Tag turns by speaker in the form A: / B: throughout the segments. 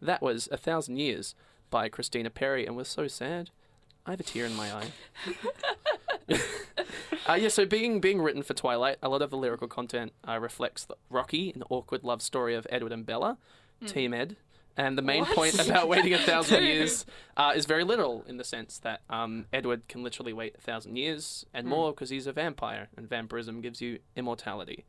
A: That was A Thousand Years by Christina Perry and was so sad. I have a tear in my eye. uh, yeah, so being being written for Twilight, a lot of the lyrical content uh, reflects the rocky and awkward love story of Edward and Bella, Team Ed. And the main
B: What?
A: point about waiting a thousand
B: Dude.
A: years uh, is very literal in the sense that um, Edward can literally wait a thousand years and more because he's a vampire, and vampirism gives you immortality.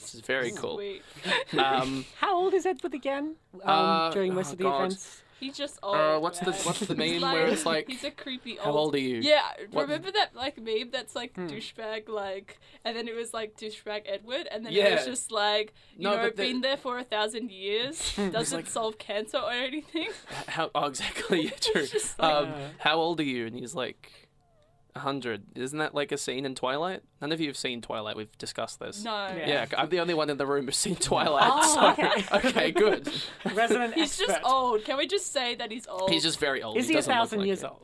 A: This is very cool.
B: Sweet.
A: Um,
C: How old is Edward again? Um,
A: Uh,
C: during most
A: oh
C: of the
A: God.
C: events.
B: He's just old.
A: uh, what's the
B: man.
A: what's the
B: He's
A: meme where it's like
B: he's a creepy
C: Oh,
A: how old are you?
B: Yeah,
A: What- Hmm.
B: remember that like meme that's like douchebag like, and then it was like douchebag Edward, and then it
A: Yeah.
B: was just like you
A: No,
B: know
A: but the-
B: been there for a thousand years doesn't
A: like-
B: solve cancer or anything.
A: How oh, exactly? Yeah, true.
B: just like-
A: um, how old are you? And he's like, a hundred. Isn't that like a scene in Twilight? None of you have seen Twilight. We've discussed this.
B: No,
C: Yeah.
A: Yeah, I'm the only one in the room who's seen Twilight.
C: Oh,
A: so-
C: okay.
A: okay, good.
C: Resident
B: he's
C: expert.
B: just old. Can we just say that he's old?
A: He's just very old.
C: Is he a
A: doesn't look
C: thousand
A: like
C: years
A: it.
C: old?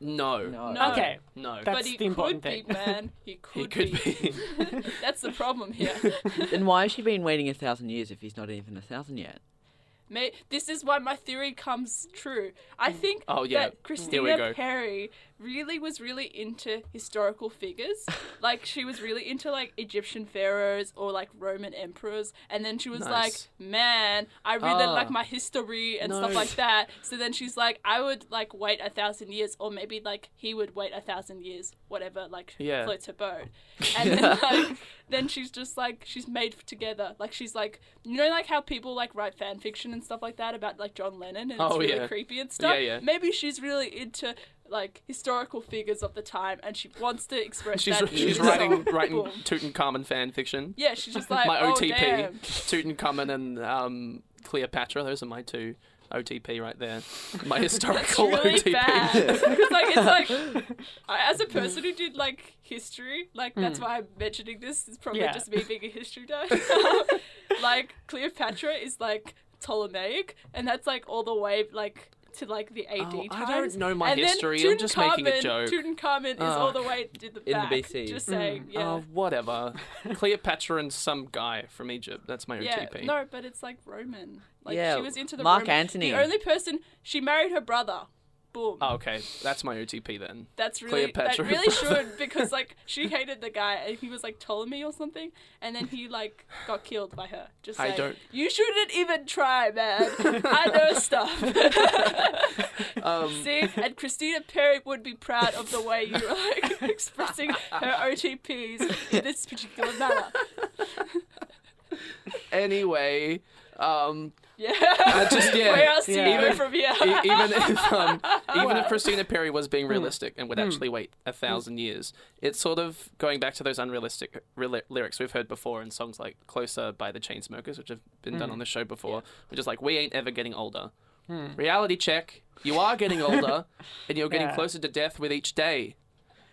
A: No. No.
D: Uh,
B: No.
C: Okay.
A: No.
C: That-
B: but
C: That's
B: he
C: the important
B: could
C: thing.
B: be, man. He could,
A: he could be.
B: that's the problem here.
D: Then why has she been waiting a thousand years if he's not even a thousand yet?
B: May- this is why my theory comes true. I think
A: Oh, yeah.
B: that
A: Here we
B: Christina
A: go.
B: Perry really was really into historical figures. like she was really into like Egyptian pharaohs or like Roman emperors, and then she was
A: Nice.
B: like, "Man, I really
A: Ah.
B: like my history and stuff
A: No.
B: like that." So then she's like, "I would like wait a thousand years, or maybe like he would wait a thousand years, whatever." Like
A: Yeah.
B: floats her boat, and then like then she's just like she's made f- together. Like she's like you know like how people like write fan fiction and stuff like that about like John Lennon and
A: Oh,
B: it's really
A: yeah.
B: creepy and stuff.
A: Yeah, yeah.
B: Maybe she's really into like historical figures of the time and she wants to express
A: she's
B: that. in
A: she's
B: the
A: writing
B: song.
A: writing
B: Boom.
A: Tutankhamun fan fiction.
B: Yeah, she's just like
A: my
B: oh,
A: OTP,
B: damn."
A: Tutankhamun and um, Cleopatra. Those are my two OTP right there. My historical
B: That's really
A: OTP.
B: bad. 'Cause, like it's like I, as a person who did like history, like
A: Mm.
B: that's why I'm mentioning this. It's probably
C: Yeah.
B: just me being a history nerd. like Cleopatra is like Ptolemaic, and that's like all the way like to like the AD
A: Oh,
B: times.
A: I don't know my
B: and
A: history,
B: Then
A: I'm just making a
B: Tutankhamun-
A: joke.
B: Tutankhamun is all the way to the
D: the
B: back.
D: BC.
B: Just saying, yeah.
A: Oh, whatever. Cleopatra and some guy from Egypt. That's my
B: Yeah,
A: OTP.
B: no, but it's like Roman. Like
D: Yeah,
B: she was into the
D: Mark
B: Roman.
D: Antony.
B: The only person she married her brother. Boom.
A: Oh, okay. That's my OTP then.
B: That's really
A: Cleopatra.
B: that really should because like she hated the guy and he was like Ptolemy or something and then he like got killed by her. Just
A: I
B: like,
A: don't-
B: you shouldn't even try, man. I know stuff.
A: Um,
B: See, and Christina Perry would be proud of the way you are like, expressing her OTPs in this particular manner.
A: anyway, um,
B: Yeah.
A: I just yeah.
B: Where else do
C: Yeah.
B: you go from here?
A: E- even if um, even if Christina Perry was
C: Hmm.
A: being realistic and would actually wait a thousand years, it's sort of going back to those unrealistic re- lyrics we've heard before in songs like "Closer" by the Chainsmokers, which have been
C: Hmm.
A: done on the show before, which is like we ain't ever getting older. Reality check: you are getting older, and you're getting
C: Yeah.
A: closer to death with each day.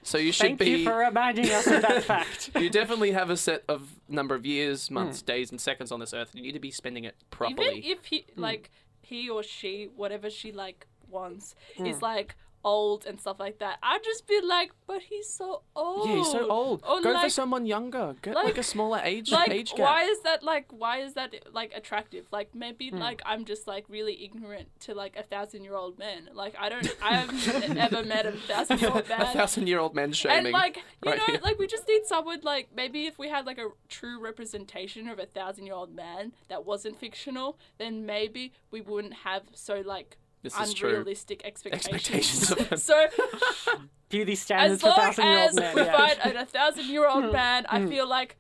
A: So you should
C: Thank
A: be.
C: you for reminding us of that fact.
A: you definitely have a set of number of years, months,
C: Hmm.
A: days, and seconds on this earth, and you need to be spending it properly. Hmm.
B: Even if he like he or she, whatever she like wants, is
A: Hmm.
B: like old and stuff like that, I'd just be like, but he's so old.
A: Yeah, he's so old.
B: Or
A: Go for
B: Oh, like-
A: someone younger. Get like,
B: like-
A: a smaller age
B: Like,
A: age gap.
B: why is that like? Why is that like attractive? Like, maybe
A: Hmm.
B: like I'm just like really ignorant to like a thousand year old men. Like, I don't, I have never met a thousand year old
A: a
B: man.
A: thousand year old man shaming.
B: And like you
A: right
B: know,
A: here.
B: like we just need someone like maybe if we had like a true representation of a thousand year old man that wasn't fictional, then maybe we wouldn't have so like
A: This is true.
B: unrealistic
A: Expectations
B: expectations.
A: of him.
B: so
C: Beauty standards
B: as
C: for
B: long
C: thousand year old
B: as
C: men.
B: we
C: yeah.
B: find an a thousand year
A: Hmm.
B: old man, I feel like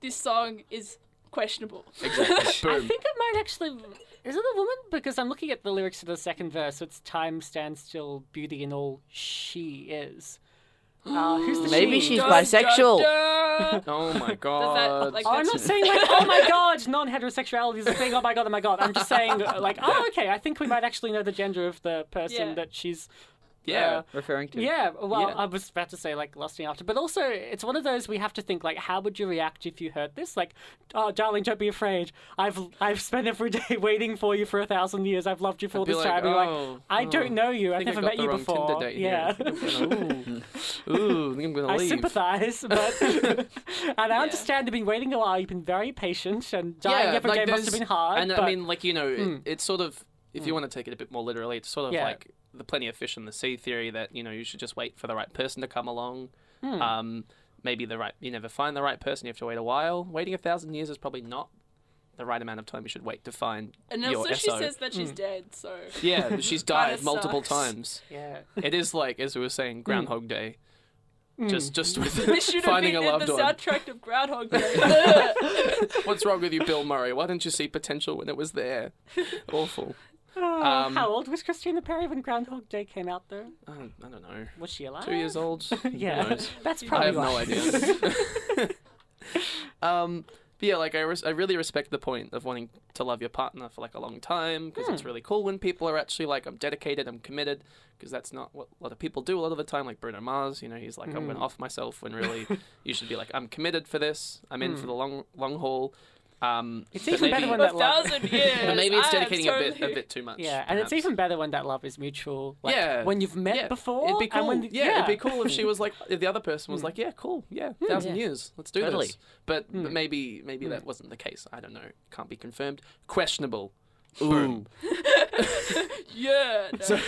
B: this song is questionable.
A: Exactly.
C: I
A: Boom.
C: think it might actually. Is it a woman? Because I'm looking at the lyrics to the second verse. It's time stands still, beauty and all she is.
A: Ah,
C: Uh, who's the
D: Maybe
C: she?
D: she's
B: Dun,
D: bisexual.
B: dun, dun.
A: Oh my god.
B: like-
C: Oh, I'm not saying like, oh my god, non-heterosexuality is a thing. Oh my god, oh my god. I'm just saying uh, like, oh okay, I think we might actually know the gender of the person
B: Yeah.
C: that she's. uh,
A: yeah.
D: Referring to
C: Yeah, well,
A: Yeah.
C: I was about to say like lusting after, but also it's one of those we have to think like, how would you react if you heard this? Like, oh, darling, don't be afraid. I've I've spent every day waiting for you for a thousand years. I've loved you for all
A: I'd be
C: this
A: like,
C: time. You're
A: "Oh,
C: I
A: oh,
C: don't know you.
A: I
C: I've
A: think I
C: never
A: got
C: met
A: the
C: you
A: wrong
C: before.
A: Tinder date
C: yeah.
A: here. Ooh. Ooh, I think I'm gonna
C: I
A: leave.
C: sympathize, but and I understand you've been waiting a while. You've been very patient, and dying every day must have
A: there's-
C: been hard.
A: And
C: but
A: Hmm. I mean, like you know, it, it's sort of if you want to take it a bit more literally, it's sort of
C: Yeah.
A: like the plenty of fish in the sea theory that you know you should just wait for the right person to come along.
C: hmm.
A: Um, maybe the right you never find the right person. You have to wait a while. Waiting a thousand years is probably not the right amount of time you should wait to find
B: And
A: your Hmm.
B: also, she
A: SO.
B: says that she's dead, so.
A: yeah, she's died multiple
B: sucks.
A: times. Hmm.
C: Yeah.
A: It is like as we were saying, Groundhog Day. Just, just
B: This
A: with
B: should have
A: finding
B: been
A: a
B: in the
A: loved one.
B: soundtrack of Groundhog Day.
A: What's wrong with you, Bill Murray? Why didn't you see potential when it was there? Awful. Um,
C: Hmm. Ah, How old was Christina Perry when Groundhog Day came out, though?
A: I don't, I don't know.
C: Was she alive?
A: Two years old. Who
C: yeah,
A: knows?
C: that's
A: I
C: probably.
A: have no
C: right.
A: idea. um, but yeah, like I, res- I really respect the point of wanting to love your partner for like a long time because it's really cool when people are actually like, I'm dedicated, I'm committed, because that's not what a lot of people do a lot of the time. Like Bruno Mars, you know, he's like, I'm going to off myself when really you should be like, I'm committed for this, I'm in for the long long haul. Um,
C: It's
A: but
C: even better
A: maybe-
C: when
B: a
C: that love-
B: thousand years.
A: But maybe it's
B: I am
A: dedicating a bit
B: totally-
A: a bit too much.
C: Yeah, and it's
A: perhaps.
C: even better when that love is mutual. Like,
A: Yeah.
C: When you've met
A: Yeah,
C: before.
A: It'd be cool.
C: And when,
A: yeah, it'd be cool if she was like, if the other person was like, yeah, cool, yeah, thousand
D: Yeah.
A: years, let's do
D: Totally.
A: this. But, but maybe maybe that wasn't the case. I don't know. Can't be confirmed. Questionable. Boom.
B: Yeah. no.
A: So,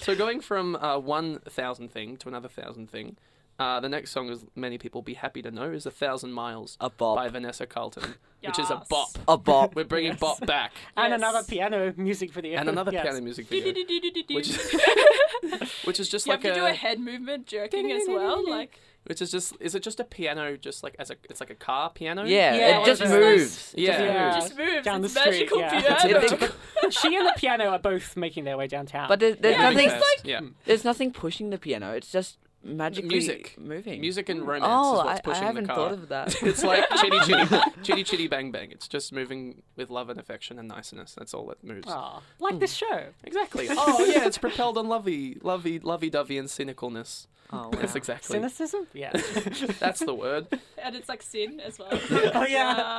A: so going from uh, one thousand thing to another thousand thing. Uh, the next song, as many people will be happy to know, is "A Thousand Miles"
D: A bop.
A: by Vanessa Carlton, which is a
B: Yes.
A: bop.
D: A bop.
A: We're bringing bop back,
C: And
B: Yes.
C: another piano music video.
A: and another
C: yes.
A: piano music video,
B: Do-do-do-do-do-do.
A: which is, which is just
B: You have
A: like
B: to do a head movement jerking as well. Like,
A: which is just is it just a piano, just like as a it's like a car piano?
D: Yeah,
B: Yeah,
D: it
B: it
D: just
B: just
D: moves.
A: Yeah.
C: Yeah.
B: just moves.
C: Down the
B: it's
C: street,
B: magical
C: yeah.
D: It's
B: piano.
D: epic.
C: she and the piano are both making their way downtown.
D: But there, there's
B: Yeah,
D: nothing.
B: it's like-
A: yeah.
D: There's nothing pushing the piano. It's just magically
A: Music.
D: moving.
A: Music and romance
D: Hmm. Oh,
A: is what's
D: I, I
A: pushing
D: haven't
A: the car.
D: thought of that.
A: it's like chitty chitty, chitty chitty bang bang. It's just moving with love and affection and niceness. That's all that moves.
D: Ah.
C: Aw, like this show.
A: Exactly. Oh yeah, it's propelled on lovey, lovey, lovey dovey and cynicalness.
D: oh,
A: That's
D: wow.
A: exactly.
C: Cynicism? Yeah.
A: That's the word. Ooh,
B: And it's like sin as well.
C: oh,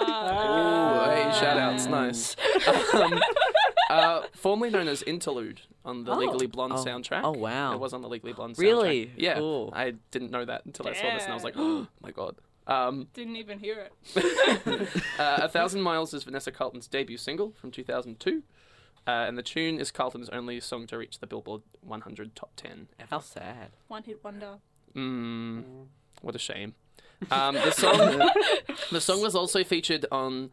C: Ah.
A: hey,
C: yeah.
A: shout outs, nice. Um, uh, formerly known as Interlude on the
C: Oh.
A: Legally Blonde
D: Oh.
A: soundtrack.
D: Oh, wow.
A: It was on the Legally Blonde soundtrack.
D: Really?
A: Yeah.
D: Cool.
A: I didn't know that until I saw this, and I was like, oh my god. Um,
B: Didn't even hear it.
A: Uh, A Thousand Miles is Vanessa Carlton's debut single from 2002, uh, and the tune is Carlton's only song to reach the Billboard 100 Top 10
D: How
A: ever.
D: sad.
B: One hit wonder.
A: Mm, what a shame. Um, the song, the song was also featured on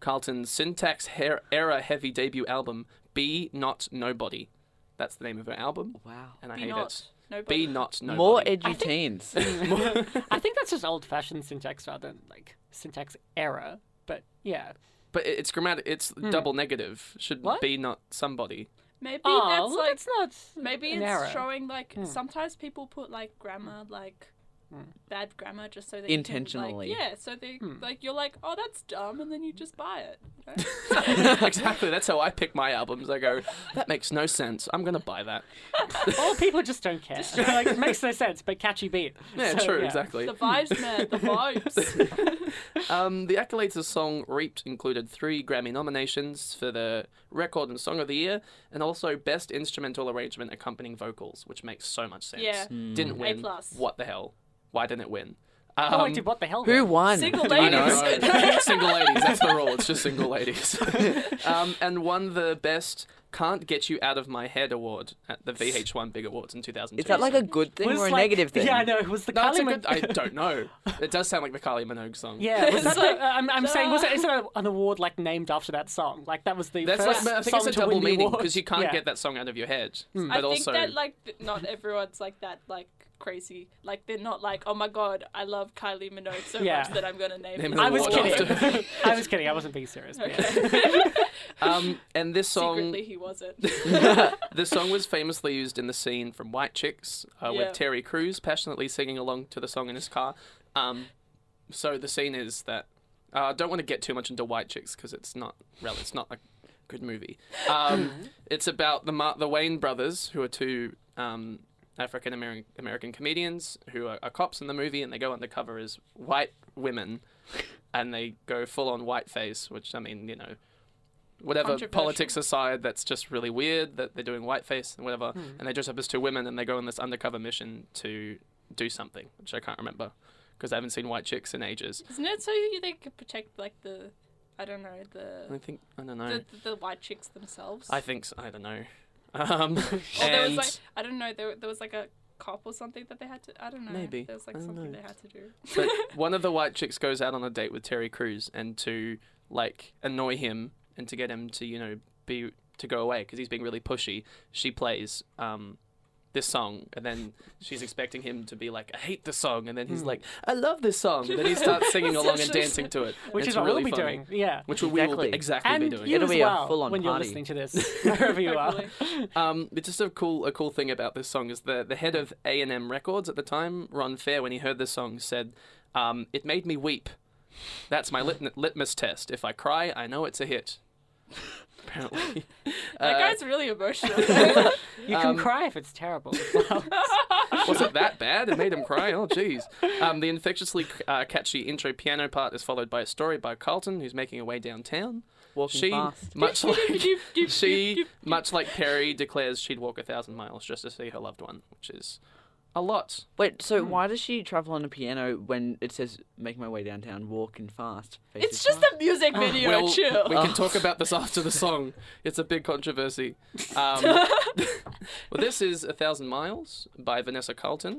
A: Carlton's Syntax hair, Era Heavy debut album, Be Not Nobody. That's the name of her album,
D: Wow.
A: and I
B: Be
A: hate
B: not.
A: it.
B: Nobody.
A: Be Not Nobody.
D: More edgy teens.
C: I think that's just old fashioned syntax rather than like syntax error. But yeah.
A: but it- it's grammatic. It's double negative. Should
C: What?
A: be not somebody.
B: Maybe
C: Oh,
B: that's
C: well,
B: like
C: that's not.
B: Maybe
C: an
B: it's
C: error. Hmm.
B: showing like sometimes people put like grammar like bad grammar just so that
D: Intentionally.
B: You can, like, yeah, so they
C: Hmm.
B: like you're like, oh, that's dumb, and then you just buy it. you know?
A: exactly. That's how I pick my albums. I go, that makes no sense. I'm gonna buy that.
C: All people just don't care. like, it makes no sense, but catchy beat.
A: Yeah,
C: So,
A: true,
C: yeah.
A: exactly.
B: the vibes, man, the vibes.
A: Um, the accolades of the song reaped included three Grammy nominations for the Record and Song of the Year, and also Best Instrumental Arrangement Accompanying Vocals, which makes so much sense.
B: Yeah.
D: Hmm.
A: Didn't win.
B: plus.
A: What the hell? Why didn't it win? Um,
C: Oh, I did what the hell?
D: Who
C: then?
D: won?
B: Single
A: I
B: ladies.
A: know. single ladies. That's the rule. It's just single ladies. um, and won the Best Can't Get You Out of My Head award at the VH1 Big Awards in 2002.
D: Is that like
A: so-
D: a good thing
C: Was,
D: or a
C: like-
D: negative thing?
C: Yeah, I know. It was the
A: No, it's a
C: Kylie Min-
A: good. I don't know. It does sound like the Kylie Minogue song.
C: Yeah, was that
B: It's
C: the,
B: like,
C: I'm, I'm saying, was it, is it an award like named after that song? Like that was the
A: That's
C: first
A: like, I think
C: song
A: it's a
C: to
A: double
C: win the
A: meaning
C: award.
A: because you can't
C: Yeah. Hmm.
A: get that song out of your head.
B: I
A: But
B: think
A: also,
B: that like th- not everyone's like that, like crazy. Like they're not like, oh my god, I love Kylie Minogue so
C: Yeah.
B: much that I'm gonna name
A: Name
B: it.
A: an
C: I was
A: award
C: kidding.
A: after.
C: I was kidding. I wasn't being serious. but yeah.
A: um, and this song,
B: Secretly, he wasn't.
A: this song was famously used in the scene from White Chicks uh,
B: Yeah.
A: with Terry Crews passionately singing along to the song in his car. Um, so the scene is that uh, I don't want to get too much into White Chicks because it's not well, it's not a good movie. Um, it's about the Mar- the Wayne brothers who are two um, African American American comedians who are, are cops in the movie and they go undercover as white women and they go full on whiteface, which I mean, you know, whatever
B: Controversial.
A: politics aside, that's just really weird that they're doing whiteface and whatever. And they dress up as two women and they go on this undercover mission to do something, which I can't remember because I haven't seen White Chicks in ages.
B: Isn't it so you they could protect like the I don't know
A: I
B: the
A: don't think I don't know.
B: the, the, the white chicks themselves.
A: I think so, I don't know. Um,
B: or there
A: and
B: was like I don't know there there was like a cop or something that they had to I don't know
A: Maybe.
B: there was like
A: I don't
B: something
A: know.
B: they had to do.
A: but one of the white chicks goes out on a date with Terry Crews, and to like annoy him and to get him to you know be to go away because he's being really pushy, she plays um, this song, and then she's expecting him to be like, "I hate this song," and then he's like, "I love this song," and then he starts singing along and dancing to it,
C: Which
A: It's
C: is what
A: really
C: we'll be
A: funny.
C: doing. Yeah.
A: Which we will be
D: Exactly.
A: exactly
C: And
A: be doing.
C: you
D: It'll
C: as
D: be a
C: well
D: full-on
C: when you're
D: party.
C: listening to this, wherever you are.
B: Hopefully.
A: Um, it's just a cool, a cool thing about this song is the the head of A and M Records at the time, Ron Fair, when he heard this song, said, um, "It made me weep. That's my lit- litmus test. If I cry, I know it's a hit." Apparently,
B: That
A: Uh,
B: guy's really emotional.
C: You
A: Um,
C: can cry if it's terrible. as well.
A: was it that bad? It made him cry. Oh, jeez. Um, the infectiously uh, catchy intro piano part is followed by a story by Carlton, who's making her way downtown.
D: Walking
A: She,
D: fast.
A: much like she, much like Perry, declares she'd walk a thousand miles just to see her loved one, which is a lot.
D: Wait, so
B: Hmm.
D: why does she travel on a piano when it says "Make my way downtown, walking fast"? faces
B: it's just
D: fast"?
B: a music video.
A: Oh, Well,
B: chill. Oh.
A: We can talk about this after the song. It's a big controversy. Um, well, this is A Thousand Miles by Vanessa Carlton.